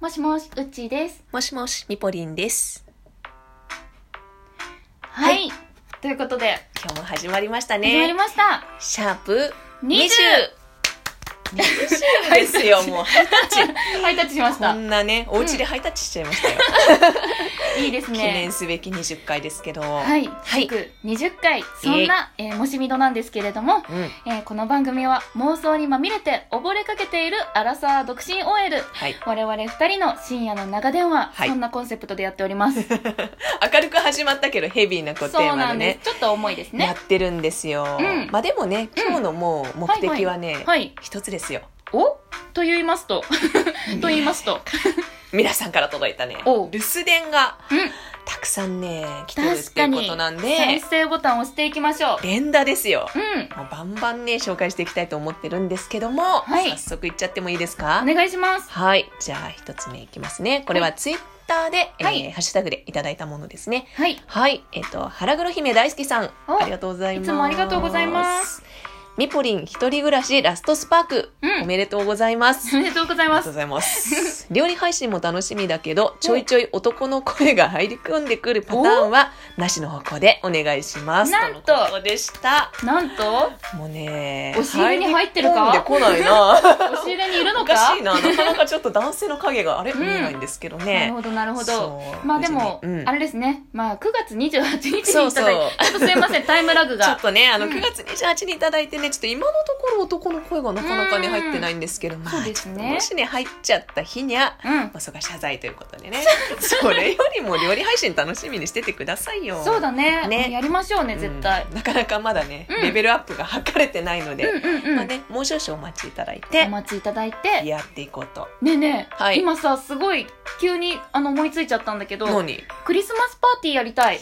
もしもし、うっちーです。もしもし、みぽりんです。はいい。ということで、今日も始まりました始まりね。ました。シャープ 20! 20です よ、もう。ハイタッチしましこた。んなね、お家でハイタッチしちゃいましたよ。いいです記ね念。すべき20回ですけど。。はいい。祝20回。そんな、えーもしみどなんですけれども、うん。えーこの番組は妄想にまみれて溺れかけているアラサー独身 OL。はい。我々二人の深夜の長電話、はいそんなコンセプトでやっております。明るく始まったけどヘビーなこうテそーうマなでんねで。す。ちょっと重いですやね。ってるんですよ。うんまあでもね、今日のもう目的はね、はい。一つですよ。おと言いますと、 と言いますと、皆さんから届いたね、おう留守電がうんたくさんね、来てるっていうことなん再で、生ボタンを押していきましょう。連打ですよ。うん。もうバンバンね、紹介していきたいと思ってるんですけども、はい早速いっちゃってもいいですか、お願いします。はい。じゃあ、一つ目いきますね。これはツイッターで、はいえーハッシュタグでいただいたものですね。はい。はい。えっ、と、原黒姫大好きさん、おありがとうございます。いつもありがとうございます。ミポリン一人暮らしラストスパーク、うんおめでとうございます。おめでとうございありまがとうす。ございます。料理配信も楽しみだけど、ちょいちょい男の声が入り込んでくるパターンは、なしの方向でお願いします。なんとのことでした。なんと、もうね、押し入れに入ってるか入り込んでこないな。押し入れにいるのおかかしいな。なかなかちょっと男性の影があれうん見えないんですけどなるね。ほど、なるほど。そうまあでも、別にうんあれですね。まあ9月28日にいただそういて、そうちょっとすいません、タイムラグちょっが。とね、あの、うん9月28日にいただいてね、ちょっと今のところ男の声がなかなかね、うん入ってないんですけど、まそうあ、ですちょっねともしね、入っちゃった日にゃ、うん。 まあ、そこは謝罪ということ でね。それよりも料理配信楽しみにしててくださいよ。そうだねねやりましょうね、うん絶対。なかなかまだね、うんレベルアップが図れてないのうんで、うんうん。まあね、もう少々お待ちいただいおて、待ちいただいて。やっていこうと。ねえねえ、はい今さ、すごい急にあの思いついちゃったんだけど、何クリスマスパーティーやりたい。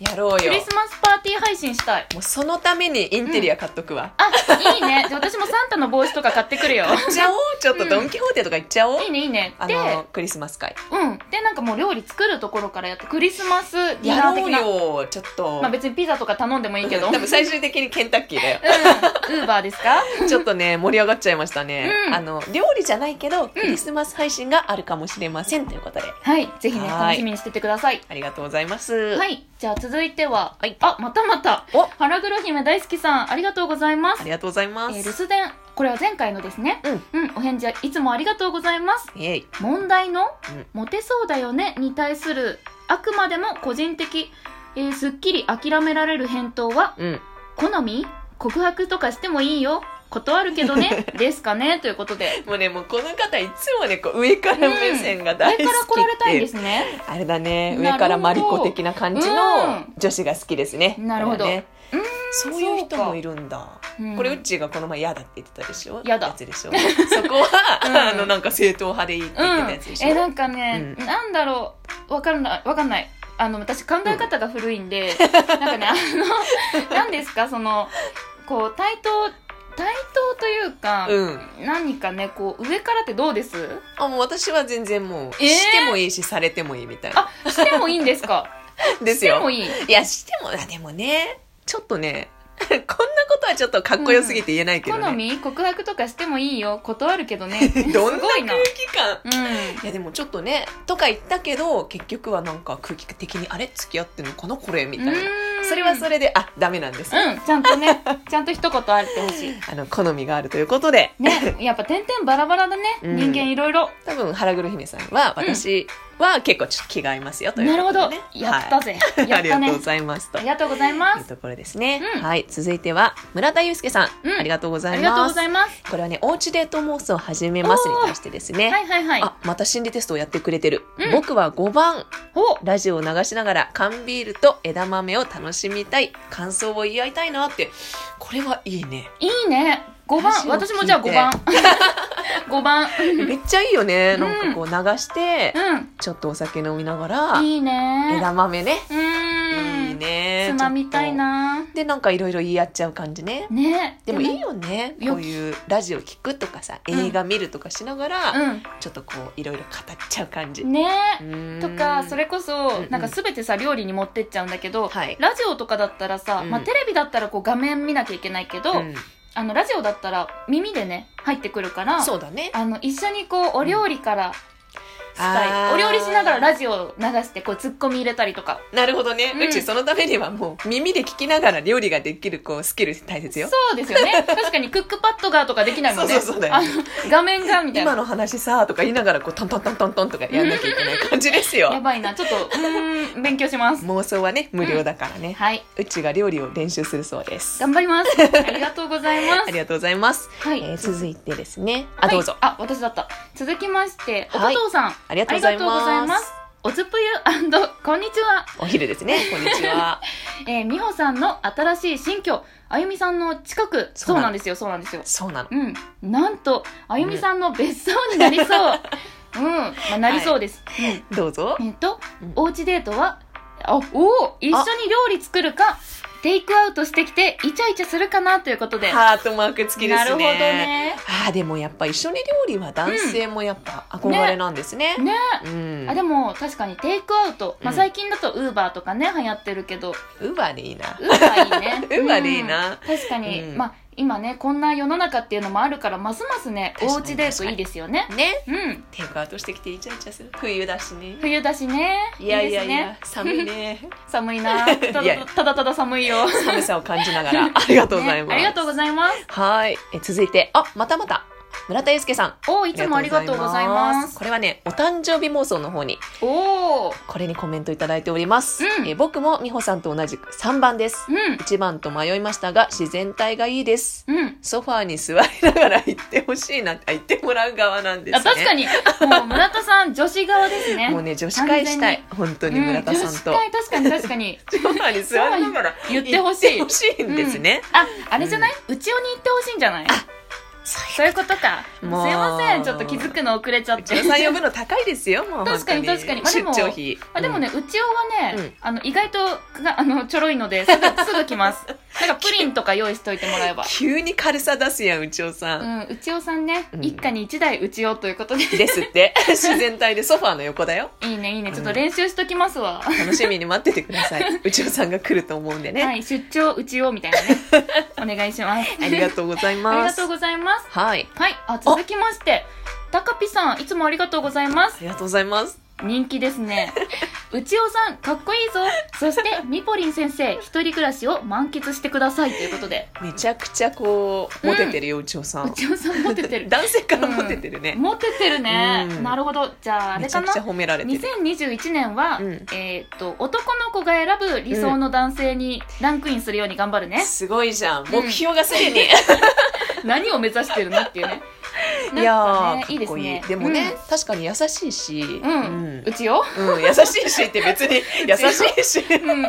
やろうクよリ。スマスパーティー配信したい。もうそのためにインテリア買っとくわ。あ、いいね。じゃあ私もサンタの帽子とか買ってく るよ。買っちゃおうちょっとドン・キホーテとか行っちゃおう、いいね、いいね。あで、のクリスマス会うん。で、なんかもう料理作るところからやって、クリスマスディやナーろ的うな。よちょっと、まあ別にピザとか頼んでもいいけど。うん。多ウ分最終的にケンタッキーだよーバーですかちょっとね盛り上がっちゃいましたね、うんあの料理じゃないけどクリスマス配信があるかもしれませんということではい。ぜひね、はい楽しみにしててください。ありがとうございますはいい。じゃあ続いては、はいあ、またまた。お腹黒姫大好きさん、ありがとうございまあす。りがとうございえます、ー留守電、これは前回のですね。うん。お返事はいつもありがとうございます。イエイ問題の、うんモテそうだよねに対する、あくまでも個人的、えーすっきり諦められる返答は、うん好み告白とかしてもいいよ断るけど ねですかねということでもうねもうこの方いつもねこう上から目線が上大か好きっていう、ら来られたいんですねあれだなるほねど上からマリコ的な感じのうん女子が好きですねなるほどこれねうーんそういう人もいるんだうんこれうっちーがこの前嫌だって言ってたでしょ嫌だやつでしょそこは、 うんあのなんか正統派でいいってう言ってんたやつでしょ、えなんかね、うなんだろうわかんないわかんないあの私考え方が古いんで、なんかねあ の何ですかそのこう対等対等というか、うん何かねこう上からってどうですあもう私は全然もう、えーしてもいいしされてもいいみたいなあしてもいいんですかですしてもよいい いやしてもあでもねちょっとね こんなことはちょっとかっこよすぎて言えないけどね、好み告白とかしてもいいよ断るけどね どんすなご空いな気感うんいやでもちょっとねとか言ったけど結局はなんか空気的にあれ付き合ってんのかなこれみたいなそれはそれれであダメなんです、うんちゃんとねちゃんと一言あってほしいあの好みがあるということでねやっぱ点々バラバラだね、うん人間いろいろ多分原黒姫さんは私は結構ちょっと気が合いますよというなるほことどでね、やったぜ、はい、やあっりたがとねうございますとありがとうございまいうすところですね、うんはい続いては村田祐介さん、うんありがとうござあいりがとうまごすざいますこれはねおうちデート妄想を始めますに対してですね、はいはいはいあまた心理テストをやってくれてる、うん僕は5番おラジオを流しながら缶ビールと枝豆を楽しみたい感想を言い合いたいなってこれはいいねいいね5番ラジ私オ聞もいてじゃあ5番5番めっちゃいいよね、うんなんかこう流して、ちょっとお酒飲みながら、うんいいね枝豆ねうーんいいつねまみたいちょなっとでなんかいろいろ言い合っちゃう感じねねでもいいよねよこういうラジオ聞くとかさうん映画見るとかしながら、うちょっとこういろいろ語っちゃう感じ、んねうーんとかそれこうんそうんなんか全てさ料理に持ってっちゃうんだけど、はいラジオとかだったらさ、うんまあ、テレビだったらこう画面見なきゃいけないけど、うんあのラジオだったら耳でね入ってくるからそうだねあの一緒にこうお料理からしたいあーお料理しながらラジオを流してこうツッコミ入れたりとかなるほどね、ううんちそのためにはもう耳で聞きながら料理ができるこうスキル大切そようですよ ね確かにクックパッドがとかできないもんねそうそうそうだよあの画面がみたい今なの話さとか言いながらこうトントントントントンとかやんなきゃいけない感じです やよばいなちょっとうーん勉強します妄想 はね無料だからね、はいうちが料理を練習するそうです頑張り ますありがとうございまあすりがとうございます、はい、えー続いてですねあどうぞ、はいあ私だった続きましておはい加藤さん、ありがとうございありがますとうございますおつぷゆこんにちは、お昼で すねこんにちはえー、美穂さんの新しい新居あゆみさんの近くそそううなのなんですよそうなんですよそうなのうんなんとあゆみさんの別荘になりそう、うん、まあ、なりそうです、うんどうぞえっと、うんおうちデートはあおお一緒に料理作るかテイクアウトしてきてイチャイチャするかなということでハートマーク付きでなすねるほどねあーでもやっぱ一緒に料理は男性もやっぱ憧れなんですね。ねうん。あでも確かにテイクアウト、まあ、うん最近だとウーバーとかね流行ってるけどウーバーでいいなウ。ーバーいいね ウーバーでいいなうん確かに、うんまあ今ねこんな世の中っていうのもあるからますますね確かおにうちデートいいですよねね。うんテイクアウトしてきてイチャイチャする。冬だしね。冬だしねいやいやいいいですやね、寒いね。寒いなただいやただただ寒いよ寒さを感じなが ら。ありがとうございます。ねありがとうございますはい。え続いて、あ、またまた。村田祐介さん。おいつもありがとうございますこれはね、お誕生日妄想の方に、おおこれにコメントいただいております。うんえ僕も美穂さんと同じく3番です。うん1番と迷いましたが、自然体がいいです。うんソファーに座りながら行ってほしいなって、あ行ってもらう側なんですね。あ確かにもう村田さん女子側ですね もうね、女子会したい。本当にうん村田さんと。女子会確かに確かにソファーに座りながら言ってほしい行ってほしいんですね。ああれじゃない、うちおに行ってほしいんじゃないそういうことか。すいもうません、ちょっと気づくの遅れちゃっうてち。のさん呼ぶの高いですよ、もう。確かに本当確かにまあでも出張費。あでもね、うちおはね、うんあの意外とがあのちょろいのです ぐすぐ来ます。なんかプリンとか用意しといてもらえうん、ば。急に軽さ出すやん、うちおさ。うんん、うちおさんね、うん一家に一台うちおということ で。ですって。自然体でソファーの横だよ。いいね、いいね。ちょっうとん練習しときますわ。楽しみに待っててくだ さい。うちおさんが来ると思うんでね。はい、出張うちおみたいな ね。お願いします。ありがとうございありまがす。とうございます。はい。はい、あ続きまして、たかぴさん、いつもありがとうございますあ。りがとうございます。人気です ねうちおさんかっこいいぞそしてみぽりん先生一人暮らしを満喫してくださいということでめちゃくちゃこう、モテてるよ、うちおさ。うんちおさんモテてる 男性からモテてるね、モテてるね、うんなるほどじゃああれめちかゃくなちゃ褒められてる2021年は、うんえーっと男の子が選ぶ理想の男性にランクインするように頑張る ね、すごいじゃんん目標がすでに、何を目指してるのっていう ねいやなんーかねいいですねかっこいいでもね、確かに優しいしうん、ううんんうちよ、うん優しいしって別 に優しいしうん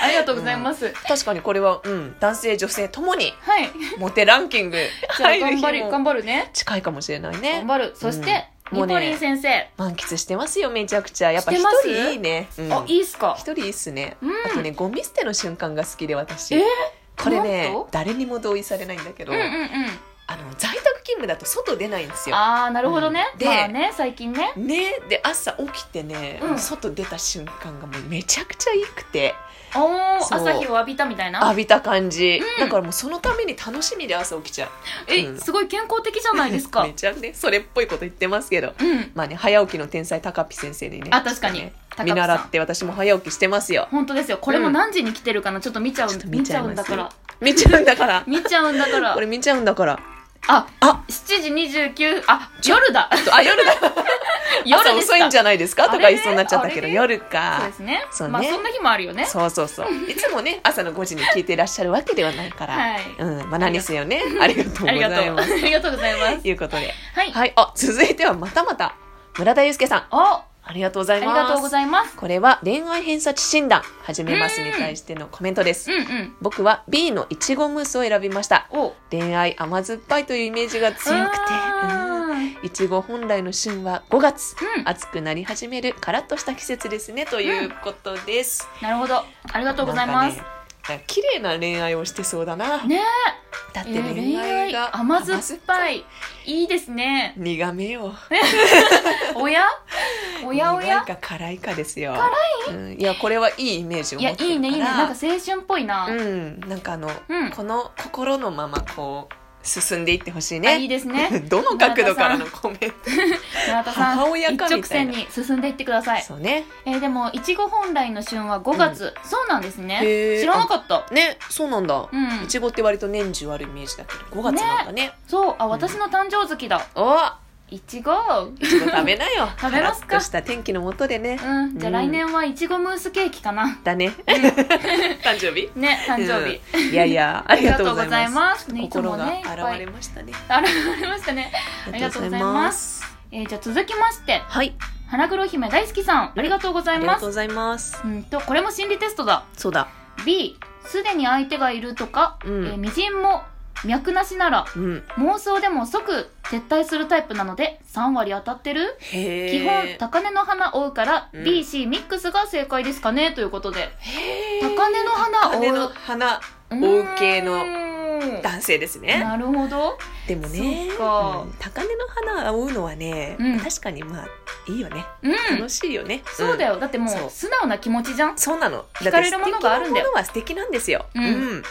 ありがとうございます、確かにこれは、うん、男性女性ともにはいモテランキング じゃあ入る頑日張る頑も張るね近いかもしれない頑ね張るそして、うんみもぽうねりん先生満喫してますよめちゃくちゃやっぱし一てます人いいね、うんあ、いいっすか一。人いいっすね、うんあとねゴミ捨ての瞬間が好きで私、えーこれねなんと誰にも同意されないんだけうど、んうんうん。あの在宅勤務だと外出ないんですよああ、なるほどね。うんでまあね、最近ね。ねで朝起きてね、うん外出た瞬間がもうめちゃくちゃいいくておお、そう朝日を浴びたみたいな。浴びた感じ、うんだからもうそのために楽しみで朝起きちゃうえ、んすごい健康的じゃないですか め。ちゃねそれっぽいこと言ってますけどうん。まあね早起きの天才高ピ先生にねあ確かにちょっとね高ピさ見ん習って私も早起きしてますよ本当ですよ。これも何時に来てるかな、ちょっと見ちゃうちょっと。見見ちちゃゃいうんまだすから。見ちゃうんだから見ちゃうんだからこ。れ見ちゃうんだからあ、あ7時29、あ、夜 だ。あ夜だ夜朝です遅いんか。じゃないですかとかあれ言いそうになっちゃったけあどれ夜そうかですね。そうねまあそんな日もあるよね。そうそうそう。いつもね、朝の5時に聞いてらっしゃるわけではないから。はいうん、まあ、何ですよね。ありがとうごありがざと。いうます。ありがとうございます。ということで。はい。はい。あ、続いてはまたまた、村田祐介さん。お、あありがとうございります。がとうございます。これは恋愛偏差値診断、始めますに対してのコメントですうん。うん。僕は B のいちごムースを選びました。お、恋愛甘酸っぱいというイメージが強くてあーうん。いちご本来の旬は5月。うん。暑くなり始めるカラッとした季節ですねということです。なるほど。ありがとうございます。なんかね。なんか綺麗な恋愛をしてそうだな。ねだっえてー恋愛が甘酸っぱい。いいいですね苦めよ。おやおやお苦いやか辛いかですよ。辛い、うん、いや、これはいいイメージをい持やっいてるから。いねいいねなんか青春っぽいな、うん、なんかあの、うんこの心のままこう、進んでいってほしいあいいね。ですね どの角度からのコメント村田さん母親一かみたいな直線に進んでいってください、そうね。えーでもいちご本来の旬は5月、そうなんですねへー知らなかったね、そうなんだ。うんいちごって割と年中あるイメージだけど、5月なんだね。そうあ私の誕生月だおいちごういちご食べなよ。 食べますかカラッとした天気のもとでね。んじゃあ来年はいちごムースケーキかな だね。誕生日ね誕生日、うんいやいや、ありがとうございまますす。ねいつ心もがねいっぱ現いれましたね。現れましたねありがとうございます。えーじゃあ続きましてはい、花黒姫大好きさんありがとうござあいりがまとうすございます。うんとこれも心理テストだそうだ。 B すでに相手がいるとか、うんえー微塵も脈なしならうん。妄想でも即撤退するタイプなので3割当たってるへ基え。本高根の花追うから、うん BC ミックスが正解ですかねということでへー高根の花高根追のう花う追う系のーん男性ですね。なるほどでもね、そっかうん高根の花を追うのはね、うん確かにまあいいよね。うん楽しいよね。そうだよ。よだってもそうう素直な気持ちじゃんそうなの。惹かれるものがあるんだよだって素敵なものは素敵なんですよ。うんうん。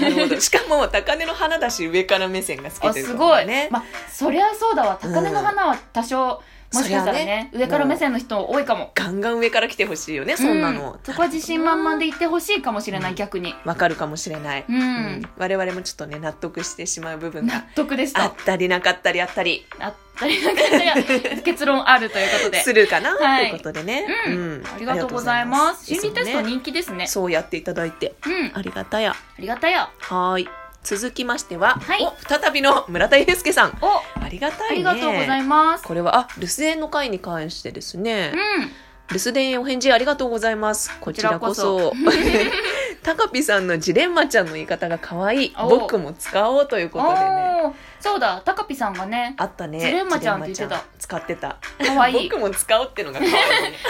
なるほ ど。しかも高根の花だし上から目線がつけあてるすかごらい、ね。まあそりゃそうだわ高根の花は多少、もしかしたらそりゃね上から目線の人多いかもガンガン上から来てほしいよね。そんなのう。そこは自信満々で言ってほしいかもしれない、うん逆にわかるかもしれない。うん、うん我々もちょっとね納得してしまう部分納が得でしあたったりなかったりあったりあったりなかったり結論あるということでするかなとはいいうことでね、うんありがとうございますあり心理がとうごテざスいトます人気ですねそうやっていただいてうんあありがたやりがたやはーい続きましては、はいお再びの村田祐介さんおあありがたいねりがとうございます、これはあ留守電の会に関してですね、うん留守電お返事ありがとうございますこちらこそ タカピさんのジレンマちゃんの言い方が可愛いお僕も使おうということでねおーそうだ高ピさんがねあったねジレンマちゃんって言ってた使ってた可愛い 僕も使おうってのが可愛いね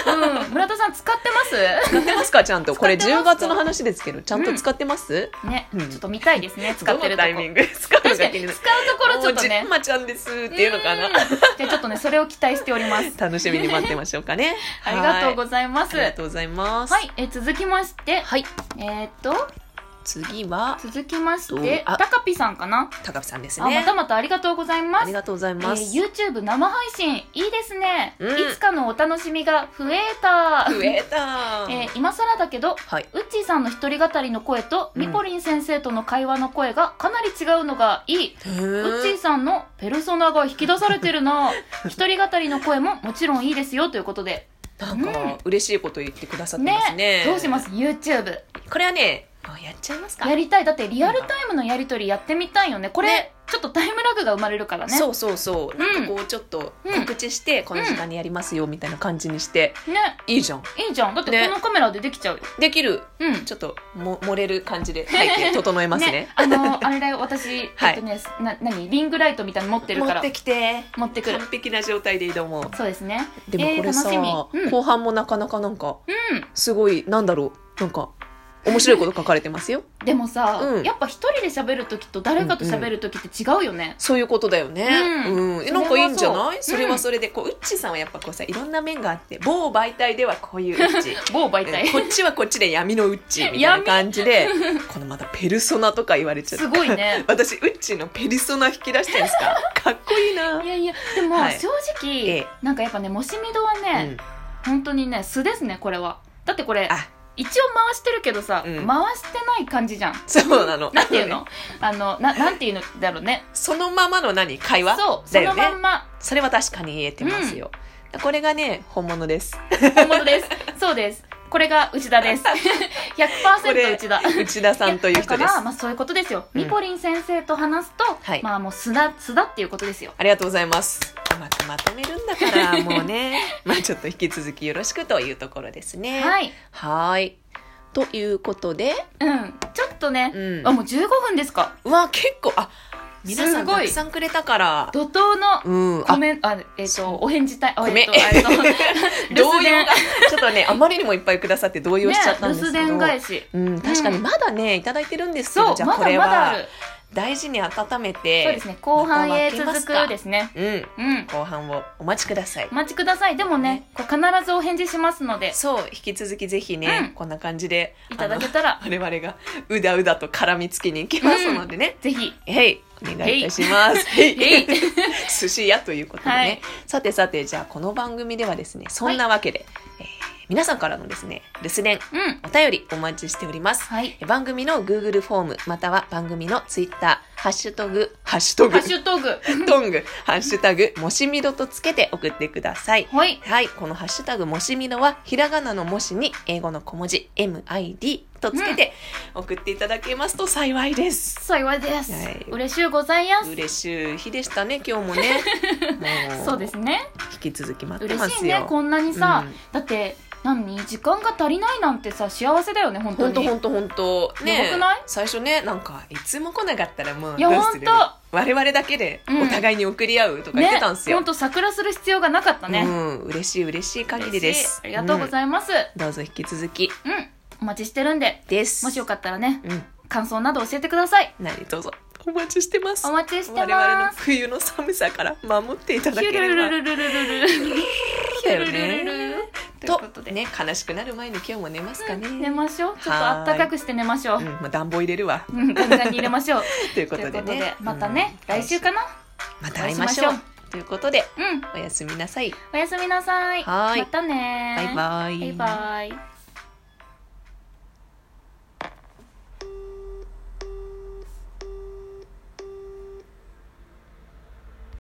うん村田さん使ってま使ってますかちゃんとこれ使ってま10すか月の話ですけどちゃんと使ってます、 すねうんちょっと見たいですね使ってるどとのタこイミング使うの確かがに気使にうなるところちょっもうとジねレンマちゃんですっていうのかんなじゃあちょっとねそれを期待しております楽しみに待ってましょうかねありがとうざいございまますありがとうございますはい、えー続きまして、はいえーっと、次は続きましどうて、あたかぴさんかな、高木さんですあ、まねたまたありがとうございまあすり。がとうございえます、ー、YouTube 生配信、いいですね、うんいつかのお楽しみが増えた。増えた、えー今更だけど、はいウッチーさんの一人語りの声と、うんミポリン先生との会話の声がかなり違うのがいい。うウッチーーんさんのペルソナが引き出されてる な。一人語りの声ももちろんいいですよということで。なんか嬉しいこと言ってくださってますねどうします ?YouTube。これはねもうやっちゃいますかやりたいだってリアルタイムのやり取りやってみたいよねこれねちょっとタイムラグが生まれるからねそうそうそう、うんなんかこうちょっと告知して、この時間にやりますよみたいな感じにして、ねいいじゃんいいじゃんだってねこのカメラでできちゃうよ、できるうんちょっとも漏れる感じで背景整えますねあのあれだよ私、はいえっとねな何リングライトみたいに持ってるから持ってきて持ってくる完璧な状態で挑もうそうですねでもこれさ、えー楽しみうん後半もなかなかなんかうすごいなんだろうなんか面白いこと書かれて ますよんでもさ、うんやっぱ一人で喋る時と誰かと喋る時って違うよね、そういうことだよねううそん、れはなんかいいんじゃないそそうれはそれでこうウッチさんはやっぱこうさいろんな面があって某媒体ではこういうウッチ某媒体、うんこっちはこっちで闇のウッチーみたいな感じでこのまたペルソナとか言われちゃったすごいね 私ウッチーのペルソナ引き出してるんですか かっこいいないやいやでも、はい正直、ええなんかやっぱねもしみどはね、うん本当にね素ですねこれはだってこれあ一応回してるけどさ、うん回してない感じじゃんそうなのなんていうのあのななんていうのだろうねそのままの何会話そうそだよのねまんまそれは確かに言えてますよ、これがね本物です 本物ですそうですこれが内田ですこれ100%内田内田さんという人いやだでかすら、まあ、そういうことですよ、うんミポリン先生と話すと、はいまあもう素だ素だっていうことですよありがとうございますうまくまとめるん だからもうねまあちょっと引き続きよろしくというところですねはいはーいということで、うんちょっとね、うんあもう15分ですかうわ結構あ皆さすんごいたくさんくれたから怒涛のうんコあメンあえっ、そうとお返事タイあごめんえっ、とあれと 留動守揺電がちょっとねあまりにもいっぱいくださって動揺ねしちゃったん留で守すけ電ど、返しうん確かにまだねいただいてるんですけど、そうじゃあまこれだはまだある大事に温めそうでてすね後半へまた分けます続かくですねうんうん後半をお待ちくださいお待ちくださいでもねこう必ずお返事しますのでそう引き続きぜひね、うんこんな感じでいただけたらあの我々がうだうだと絡みつきに行きますのでね、ぜ ひへいお願いいたします。へ いへい寿司屋ということでね、はいさてさてじゃあこの番組ではですねそんなわけで、えー皆さんからのですね留守電うんお便りお待ちしております。はいえ番組の Google フォームまたは番組の Twitter ハッシュタグハッシュタグハッシュタグトングハッシュタグもしみどとつけて送ってください。はいはい、このハッシュタグもしみどはひらがなのもしに英語の小文字 MID とつけて送っていただけますと幸いです。幸いですはい嬉しゅうございます嬉しい日でしたね今日 もねもそうですね引き続き待ってま嬉しすいよねこんなにさうんだって何時間が足りないなんてさ幸せだよね本当本当に本当本当ねやばくない最初ねなんかいつも来なかったらもういやどうするほんと我々だけでうんお互いに送り合うとか言っねてたんですよ、本当桜する必要がなかったうねん嬉しい嬉しい限りです嬉しいありがとうごいざいますます、うんどうぞ引き続きうんお待ちしてるんでですもしよかったらねうん感想など教えてください何どうぞお待ちしてますお待ちして我々のます冬の寒さから守っていただヒけュルればルルルルルルだルよルルルねルということとでね悲しくなる前に今日も寝ますかね、寝ましょうちょっとあったかくして寝ましょううん、まあ、暖房入れ るわうんガンガンに入れましょうということといでうこねとでまたねう来ん週かなまた会いましょうお会いしということでうんおやすみなさいおやすみなさいはーいまたねバイバイバイバイ